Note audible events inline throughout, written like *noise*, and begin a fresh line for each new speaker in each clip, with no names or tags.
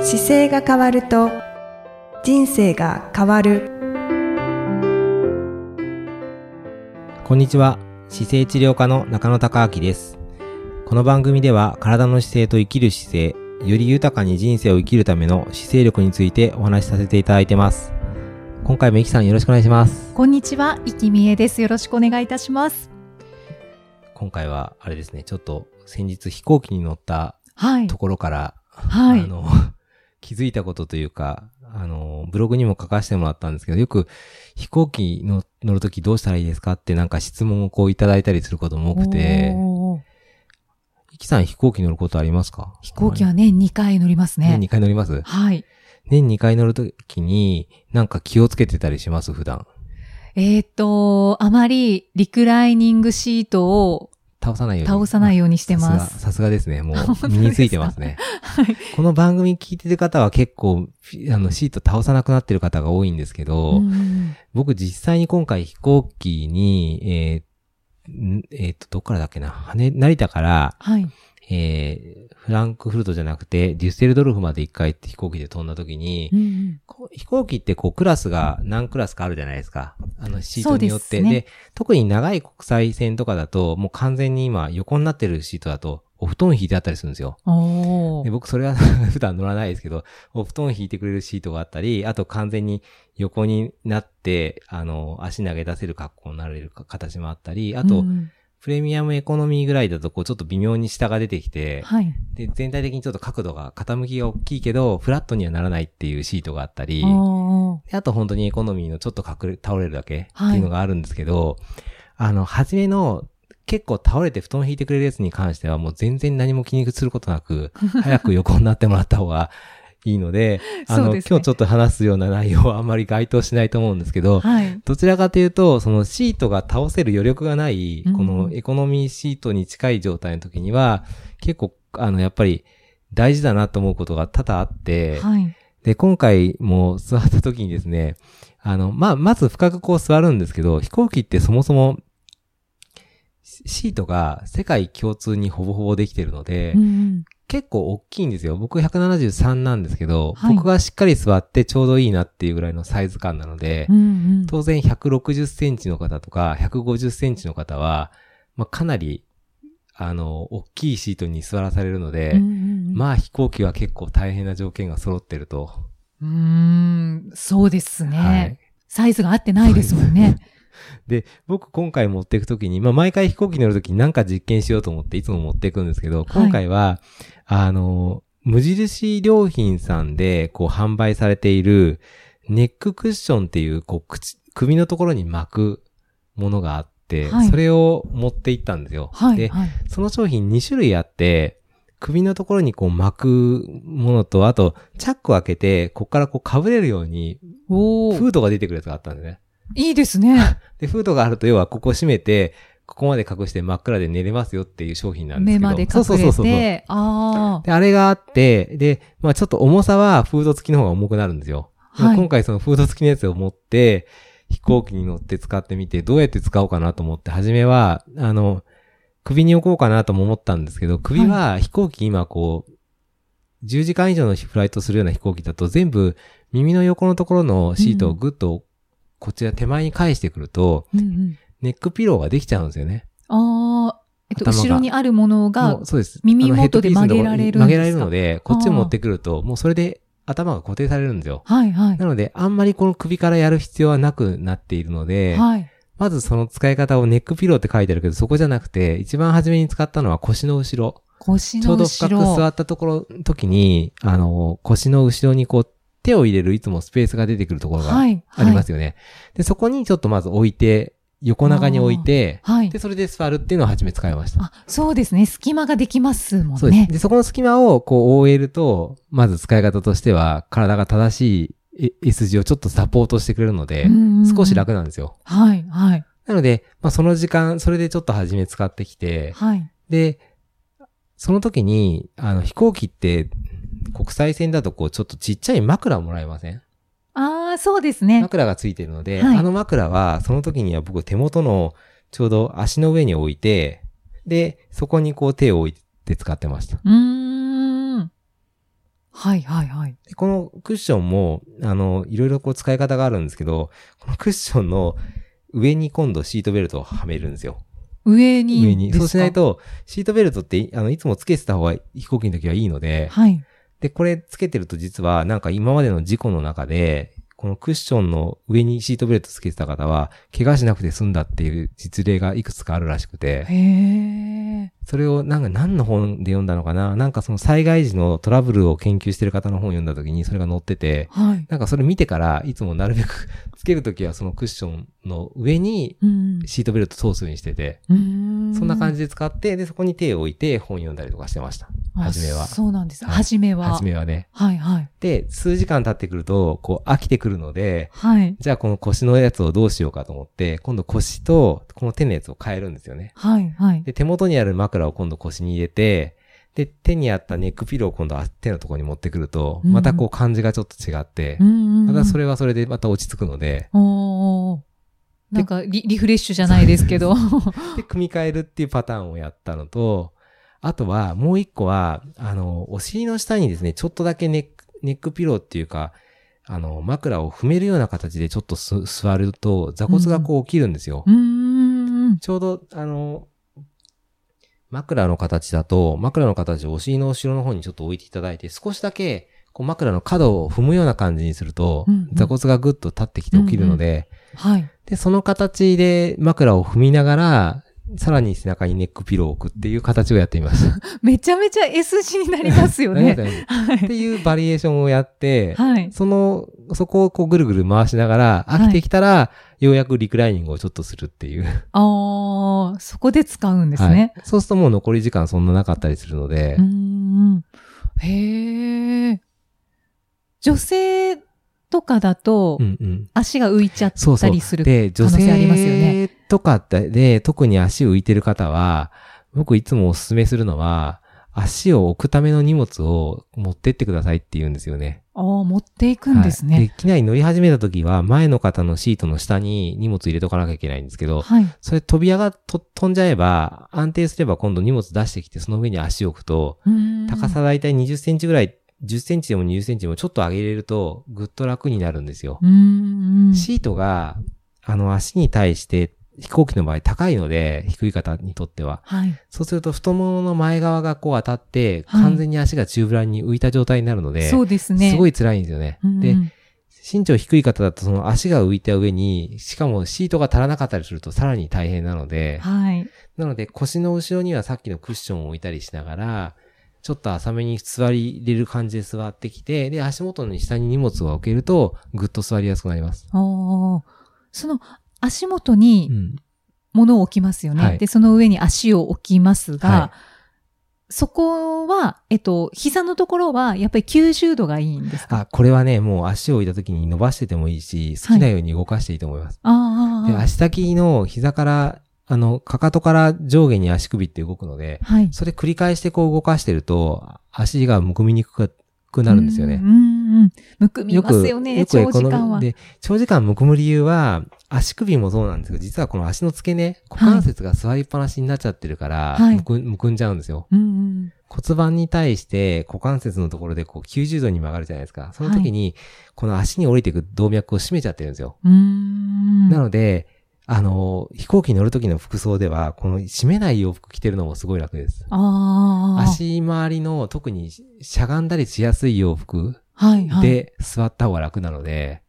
姿勢が変わると人生が変わる
こんにちは。姿勢治療科の中野孝明です。この番組では体の姿勢と生きる姿勢、より豊かに人生を生きるための姿勢力についてお話しさせていただいてます。今回もイキさんよろしくお願いします。
こんにちは、いきみえです。よろしくお願いいたします。
今回はあれですね、ちょっと先日飛行機に乗った
はい
と。ころから、
は
あ
い。
の、 *laughs* 気づいたことというか、あの、ブログにも書かせてもらったんですけど、よく飛行機の乗るときどうしたらいいですかってなんか質問をこういただいたりすることも多くて、
おー
イキさん飛行機乗ることありますか
飛行機は年2回乗ります
年
ね。
2回乗ります
はい。
年2回乗るときに、なんか気をつけてたりします普段。
えっ、と、あまりリクライニングシートを
倒さないように。
倒さない
よ
ように
う
してま
さすが
す。
さすがですね。も
本当
う、
ですか
身についてますね。
はい。
この番組聞いてる方は結構、フィあの、シート倒さなくなってる方が多いんですけど、
うん
僕実際に今回飛行機に、えーんえーと、どっからだっけな、羽、成田から、
はい。
えーフランクフルトじゃなくて、デュッセルドルフまで一回飛行機で飛んだ時に、
うん
こう飛行機ってこうクラスが何クラスかあるじゃないですか。あのシートによっ
そう
て。
で
で,、
すね
特に長い国際線とかだと、もう完全に今横になってるシートだと、お布団引いてあったりするんですよ。
うんお
で
ー
僕それは *laughs* 普段乗らないですけど、お布団引いてくれるシートがあったり、あと完全に横になって、あの、足投げ出せる格好になれるか形もあったり、あと、
うん
プレミアムエコノミーぐらいだと、こうちょっと微妙に下が出てきて、
はい。
で、全体的にちょっと角度が、傾きが大きいけど、フラットにはならないっていうシートがあったり、
おー
であと本当にエコノミーのちょっと隠れ、倒れるだけって
はい
いうのがあるんですけど、あの、初めの結構倒れて布団を引いてくれるやつに関してはもう全然何も気にすることな
*laughs*
く、早く横になってもらった方がいいので、あ
そ
の、
うですね
今日ちょっと話すような内容はあんまり該当しないと思うんですけど、
はい。
どちらかというと、そのシートが倒せる余力がない、
うん
このエコノミーシートに近い状態の時には、結構、あの、やっぱり大事だなと思うことが多々あって、
はい。
で、今回も座った時にですね、あの、まあ、まず深くこう座るんですけど、飛行機ってそもそも、シシートが世界共通にほぼほぼできてるので、
うん
結構大きいんですよ。僕173なんですけど、
はい
僕がしっかり座ってちょうどいいなっていうぐらいのサイズ感なので、
うんうん
当然160センチの方とか150センチの方は、まあ、かなり、あの、大きいシートに座らされるので、
うんうん
まあ飛行機は結構大変な条件が揃ってると。
うーんそうです
は
ね
い。。
サイズが合ってないですもんね。
で、僕今回持っていくときに、まあ毎回飛行機乗るときに何か実験しようと思っていつも持っていくんですけど、今回は、あの、無印良品さんでこう販売されているネッククッションっていうこう口首のところに巻くものがあって、
はい
それを持っていったんですよ。
はい。
で、
はい。
その商品2種類あって、首のところにこう巻くものと、あと、チャックを開けて、ここからこう被れるように、
おー
フードが出てくるやつがあったんですね。
いいですね。
で、フードがあると、要はここ閉めて、ここまで隠して真っ暗で寝れますよっていう商品なんです
目
けど。
まで隠れて。
そうそうそうそう。で、
ああ。
あれがあって、で、まあちょっと重さはフード付きの方が重くなるんですよ。で
はい
今回そのフード付きのやつを持って、飛行機に乗って使ってみて、どうやって使おうかなと思って、初めは、あの、首に置こうかなとも思ったんですけど、首は飛行機今こう、10時間以上のフライトするような飛行機だと、全部耳の横のところのシートをぐっと、こちら手前に返してくると、
うんうん。
ネックピローができちゃうんですよね。
ああ。えっと、
頭が
後ろにあるもの
も
が
う、そうです。
耳
あの
元で
ヘッドピースのとこ
曲げられるんですか
曲げられるので、こっちを持ってくると、もうそれで頭が固定されるんですよ。
はいはい
な。ので、あんまりこの首からやる必要はなくなっているので、
はい。
まずその使い方をネックピローって書いてあるけど、そこじゃなくて、一番初めに使ったのは腰の後ろ。
腰
ちょ
の
うど深
後ろ。
く座ったところ、時に、あの、腰の後ろにこう、手を入れるいつもスペースが出てくるところがあ
はい。。
りますすよね。で、そこにちょっとまず置いて、横長に置いて、
はい
で、。それで座るっていうのを初め使いました。
あ、そうですね。隙間ができますも
そうんです。
ね。
で、そこの隙間をこう覆えると、まず使い方としては、体が正しい S 字をちょっとサポートしてくれるので
うん、うんうん
少し。楽なんですよ。
はいはい。
なので、まあその時間、それでちょっと初め使ってきて、
はい。
で、その時に、あの、飛行機って、国際線だとこう、ちょっとちっちゃい枕もらえません
ああ、そうですね。
枕がついてるので、
はい
あの枕は、その時には僕手元の、ちょうど足の上に置いて、で、そこにこう手を置いて使ってました。
うーん。はいはいはい。
でこのクッションも、あの、いろいろこう使い方があるんですけど、このクッションの上に今度シートベルトをはめるんですよ。
上に。
上に。
ですか
そうしない。と、シートベルトって、あの、いつもつけてた方が飛行機の時はいいので、
はい。
で、これつけてると実は、なんか今までの事故の中で、このクッションの上にシートベルトつけてた方は、怪我しなくて済んだっていう実例がいくつかあるらしくて、
へえ。
それをなんか何の本で読んだのかななんかその災害時のトラブルを研究してる方の本を読んだ時にそれが載ってて、
はい。
なんかそれ見てから、いつもなるべく *laughs* つけるときはそのクッションの上に
うん。
シートベルト通すようにしてて、
うーん
そんな感じで使って、で、そこに手を置いて本読んだりとかしてました。
あ
初めは
そうなんです。
はい
初めは。
初めはね。
はいはい。
で、数時間経ってくると、こう飽きてくるので、
はい。
じゃあこの腰のやつをどうしようかと思って、今度腰とこの手のやつを変えるんですよね。
はいはい。
で、手元にある枕を今度腰に入れて、で、手にあったネックピローを今度は手のところに持ってくると、
うん
またこう感じがちょっと違って
う、ん。
またそ
れ。
れはそれでまた落ち着くので、
おー。
で
なんかリ、リフレッシュじゃないですけど。
で、組み替えるっていうパターンをやったのと、あとは、もう一個は、あの、お尻の下にですね、ちょっとだけネック、ネックピローっていうか、あの、枕を踏めるような形でちょっとす座ると、座骨がこう起きるんですよ。
うーん。
ちょうど、あの、枕の形だと、枕の形をお尻の後ろの方にちょっと置いていただいて、少しだけ、こう枕の角を踏むような感じにすると、
うんうん
座骨がぐっと立ってきて起きるので、
はい。
で、その形で枕を踏みながら、さらに背中にネックピローを置くっていう形をやってみました。
めちゃめちゃ S 字になりますよ
なりまし
ね
た。ね *laughs*
は
って
い。
いうバリエーションをやって、
はい。
その、そこをこうぐるぐる回しながら、
い
飽きてきたら、ようやくリクライニングをちょっとするっていう。
ああ、そこで使うんです
はい
ね。
そうするともう残り時間そんななかったりするので
うー、ん。へえ。女性とかだと
う、んうん。
足が浮いちゃっ
そうそ
た
う。
りする。
で、女
能性ありますよね
性とかってで、特に足浮いてる方は、僕いつもお勧めするのは、足を置くための荷物を持ってってくださいって言うんですよね。
ああ、持っていくんです
はい
ね。
で、機内に乗り始めた時は、前の方のシートの下に荷物入れとかなきゃいけないんですけど、
はい。
それ飛び上がっと飛んじゃえば、安定すれば今度荷物出してきて、その上に足を置くと、
うーん
高さ。だいたい20センチぐらい、10センチでも20センチでもちょっと上げれると、ぐっと楽になるんですよ。
うーん。
シートが、あの、足に対して、飛行機の場合高いので、低い方にとっては。
はい。
そうすると太ももの前側がこう当たって、
はい
完全に足が中ブランに浮いた状態になるので、
そうですね。
すご
い。
い辛いんですよね。
う
で、
ん
身長低い方だとその足が浮いた上に、しかもシートが足らなかったりするとさらに大変なので、
はい。
なので腰の後ろにはさっきのクッションを置いたりしながら、ちょっと浅めに座り入れる感じで座ってきて、で、足元の下に荷物を置けると、ぐっと座りやすくなります。
おーその足元
う
に
ん。
物を置きますよね。
はい
で、その上に足を置きますが、
は
そこは、えっと、膝のところは、やっぱり90度がいいんですか
あ、これはね、もう足を置いた時に伸ばしててもいいし、好きなように動かしていいと思います。
あ
で、
あ。
足先の膝から、あの、かかとから上下に足首って動くので、
はい。
それ繰り返してこう動かしてると、足がむくみにくくなるんですよね
うん。うんうん。むくみますよね、長時間は。
で、長時間むくむ理由は、付け根で長時間むくむ理由は足首もそうなんですけど、実はこの足の付け根、股関節が座りっぱなしになっちゃってるから、
はい
むくむくんじゃうんですよ。
うんうん。
骨盤に対して股関節のところでこう90度に曲がるじゃないですか。その時に、この足に降りていく動脈を締めちゃってるんですよ。
うーん。
なので、あの、飛行機に乗る時の服装では、この締めない洋服着てるのもすごい楽です。
ああ。。
足周りの特にししゃがんだりしやすい洋服
はいはい。
で座った方が楽なので、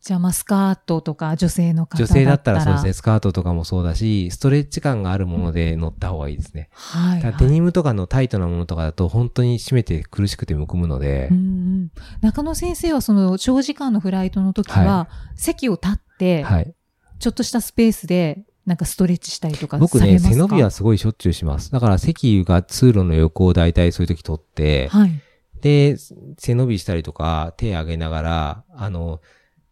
じゃあ、まあ、スカートとか女性の方
女性だったらそうです
ね。
ね、スカートとかもそうだし、ストレッチ感があるもので乗った方がいいですね。
はい、
だ
は
からデ
い。
ニムとかのタイトなものとかだと本当に締めて苦しくてむくむので
うんう、ん中野先生はその長時間のフライトの時は、席を立って、
はい。
ちょっとしたスペースで、なんかストレッチしたりとか
僕
さ
ね、
れますか
背伸びはすごいしょっちゅうします。だから席が通路の横を大体そういう時取って、
はい。
で、背伸びしたりとか、手上げながら、あの、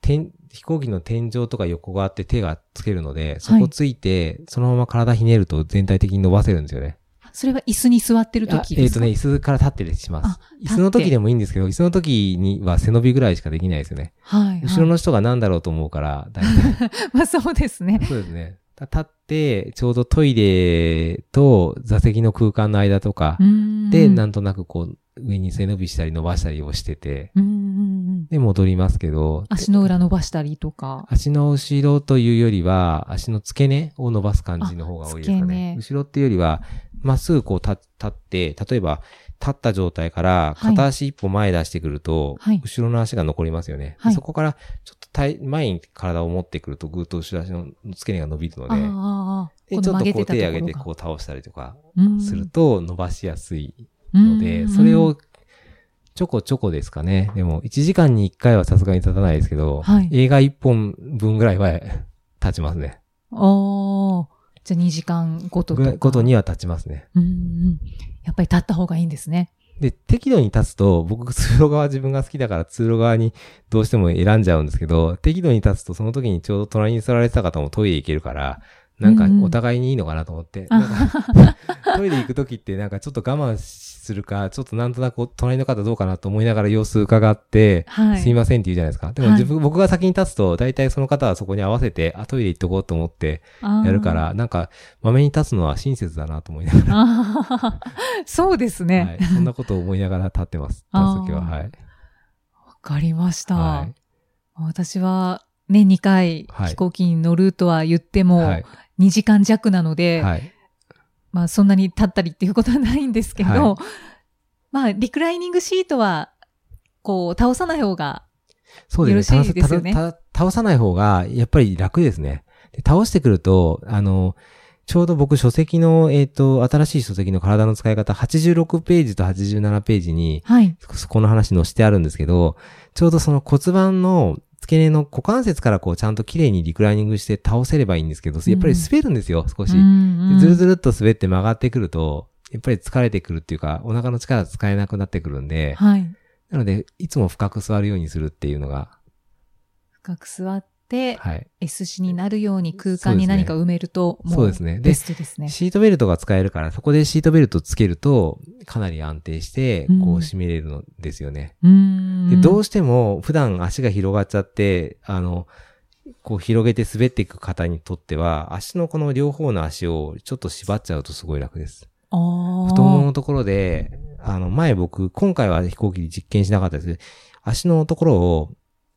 天飛行機の天井とか横があって手がつけるので、そこついて、そのまま体ひねると全体的に伸ばせるんですよね。
それは椅子に座ってる
あ
時
え
で
っ、
す
と
か
ね、椅子から立ってします
あ。
椅子の時でもいいんですけど、椅子の時には背伸びぐらいしかできないですよね。
はい、はい。
後ろの人が何だろうと思うから、大
*laughs*
体
まあ、そうですね。
そうですね。立って、ちょうどトイレと座席の空間の間とか
うーん。
で、なんとなくこう、上に背伸びしたり伸ばしたりをしてて、
うんうんうん。
で、戻りますけど、
足の裏伸ばしたりとか。
足の後ろというよりは、足の付け根を伸ばす感じの方が多いですか
あ付け
ね
根。
後ろっていうよりは、まっすぐこう立立って、例えば立った状態から
はい
片足一歩前出してくると、
はい
後ろの足が残りますよね。
はい
そこからちょっと体前に体を持ってくると、ぐーっと後ろ足の付け根が伸びるの
ああ
で、
ああ、
で
こ
ち
の
ょっと
曲げ
こ
て
う
たと
手
こ
上げ
ろ
て
が
こう倒したりとか
うん
すると伸ばしやすい
うん
ので、それをちょこちょこですかね。でも、1時間に1回はさすがに立たないですけど、
はい
映画1本分ぐらいは *laughs* 立ちますね。
おーじゃあ2時間ごと
ぐら
と
いごと
に。
には立ちますね。
うんうん。やっぱり立った方がいいんですね。
で、適度に立つと、僕通路側自分が好きだから通路側にどうしても選んじゃうんですけど、適度に立つとその時にちょうど隣に座られてた方もトイレ行けるから、なんか
うんうん
お互いにいいのかなと思って、
あ
なんか *laughs* トイレ行く時ってなんかちょっと我慢するか、ちょっとなんとなく隣の方どうかなと思いながら様子伺って、
はい。
すいませんって言うじゃないですか。でも
はい
自分、僕が先に立つと、大体その方はそこに合わせて、あ、トイレ行っとこうと思って
あー
やるか。ら、なんか、まめに立つのは親切だなと思いなが
あー *laughs* そうです
ら、
ね。
はい。そんなことを思いながら立ってます。立
*laughs* あ
つ
ー
ときは、はい。
わかりました。
はい
私は、ね、2回
はい
飛行機に乗るとは言っても、
はい。
2時間弱なので、
はい。
まあそんなに立ったりっていうことはないんですけど、まあリクライニングシートは、こう倒さない方が、
そうですね。
よろしいですよね
倒さ倒倒さない方が、やっぱり楽ですね。で倒してくると、あの、ちょうど僕書籍の、えっ、と、新しい書籍の体の使い方、86ページと87ページに、
はい。
この話載してあるんですけど、ちょうどその骨盤の付け根の股関節からこうちゃんと綺麗にリクライニングして倒せればいいんですけど、やっぱり滑るんですよ、少し。
うんうん
ずるずるっと滑って曲がってくると、やっぱり疲れてくるっていうか、お腹の力使えなくなってくるんで、
はい。
なので、いつも深く座るようにするっていうのが、
深く座って、
はい。
S 字になるように空間に何か埋めると、も
そうですねで
ベストですね。
シートベルトが使えるから、そこでシートベルトつけると、かなり安定して、こう締めれるのですよね。
うん
で、
ん
どうしても普段足が広がっちゃって、あの、こう広げて滑っていく方にとっては、足のこの両方の足をちょっと縛っちゃうとすごい楽です。
あー
太もものところで、あの、前僕、今回は飛行機で実験しなかったですけど、足のところを、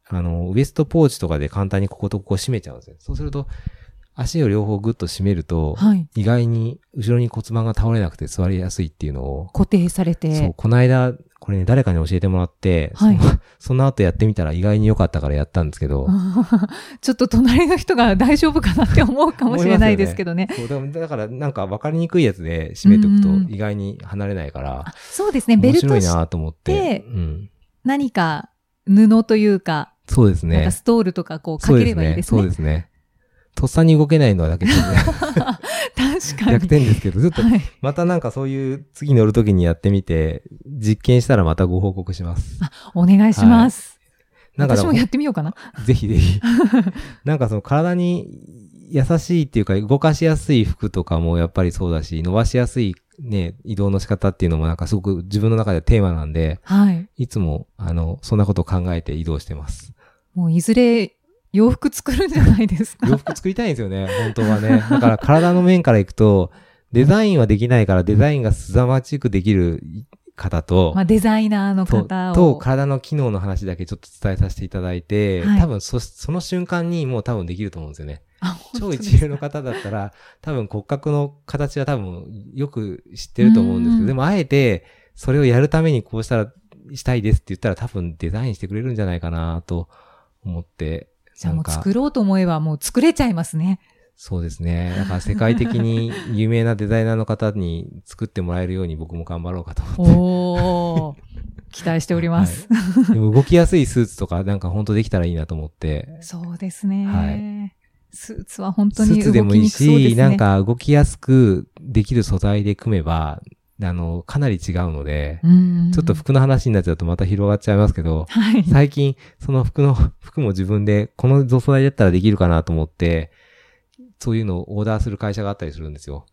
あの、ウエストポーチとかで簡単にこことここ締めちゃうんですよ。そうすると、足を両方グッと締めると、
はい。
意外に後ろに骨盤が倒れなくて座りやすいっていうのを、
固定され
そう、
て、
この間、これね、誰かに教えてもらって、
はい
その *laughs* その後やってみたら意外に良かったからやったんですけど、
*laughs* ちょっと隣の人が大丈夫かなって思うかもしれないですけどね。
そうだだからなんか分かりにくいやつで締めておくと
うんうん
意外に離れないから、
そうですね、
面
ベル
白
ト
い
し
なと思って、
して
うん、
何か布というか、
そうです
なん
ね
か。ストールとかこうか
そう
け
で
れ
す
ばいい
ね。
です
そうで
ね。
すね。とっさに動けないのはだけちょっ
*laughs*
とね
確か
逆
に。
点ですけど、ちょっと
はい。
またなんかそういう次乗るときにやってみて、実験したらまたご報告します。
お願いします。
なんかだ
私もやってみようかな。
*laughs* ぜひぜひ。なんかその体に優しいっていうか、動かしやすい服とかもやっぱりそうだし、伸ばしやすいね、移動の仕方っていうのもなんかすごく自分の中ではテーマなんで、
はい。
いつも、あの、そんなことを考えて移動してます。
もういずれ洋服作るんじゃないですか。
洋服作りたいんですよ
*laughs*
ね、本当はね。だから体の面からいくと、デザインはできないから、デザインがすざまじくできる方と、
まあデザイナーの
と
方を。
と体の機能の話だけちょっと伝えさせていただいて、
はい
多分そその瞬間にもう多分できると思うんですよね。
あ本当
超
です
一流の方だったら、多分骨格の形は多分よく知ってると思うんですけ
う
ど、
ん
でもあえて、それをやるためにこうしたら、したいですって言ったら多分デザインしてくれるんじゃないかなと思って、
じゃあ
な
も
ん
う
か
作ろうと思えばもう作れちゃいます
*laughs*
ね。
そうですね。だから世界的に有名なデザイナーの方に作ってもらえるように僕も頑張ろうかと思って。
おー。期待しております。
でも動きやすいスーツとかなんか本当できたらいいなと思って。
そうですね。
は
スーツは本当
ス
に
ーツ
動
でも
き
いい
にくそうですね。
し、なんか動きやすくできる素材で組めば、あの、かなり違うので、
うん、
ちょっと服の話になっちゃうとまた広がっちゃいますけど、
はい。
最近、その服の、 *laughs* 服も自分で、この素材だったらできるかなと思って、そういうのをオーダーする会社があったりするんですよ。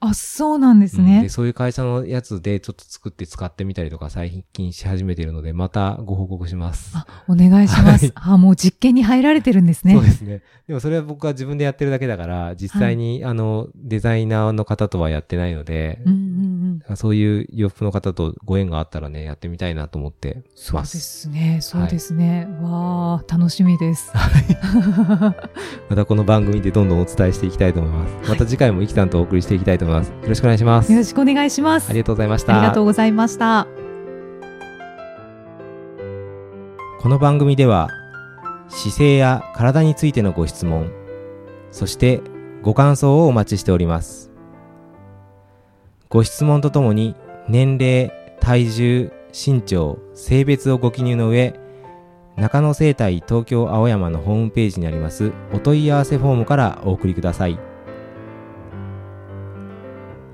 あ、そうなんです
うん
ね
で。そういう会社のやつでちょっと作って使ってみたりとか最近し始めているので、またご報告します。
あ、お願いします。あ、もう実験に入られてるんですね。
そうですね。でもそれは僕は自分でやってるだけだから、実際に、あの、デザイナーの方とはやってないので、
うんうんうん。
そういう洋服の方とご縁があったらね、やってみたいなと思って
そう
ま。
ですすね。そうですね。わあ、楽しみです。
またこの番組でどんどんお伝えしていきたいと思います。また次回もイキさんとお送りしていきたいと思います。よろしくお願いします。
よろしくお願いします。
ありがとうございました。
ありがとうございました。
この番組では姿勢や体についてのご質問そしてご感想をお待ちしておりますご質問とともに年齢体重身長性別をご記入の上中野生態東京青山のホームページにありますお問い合わせフォームからお送りください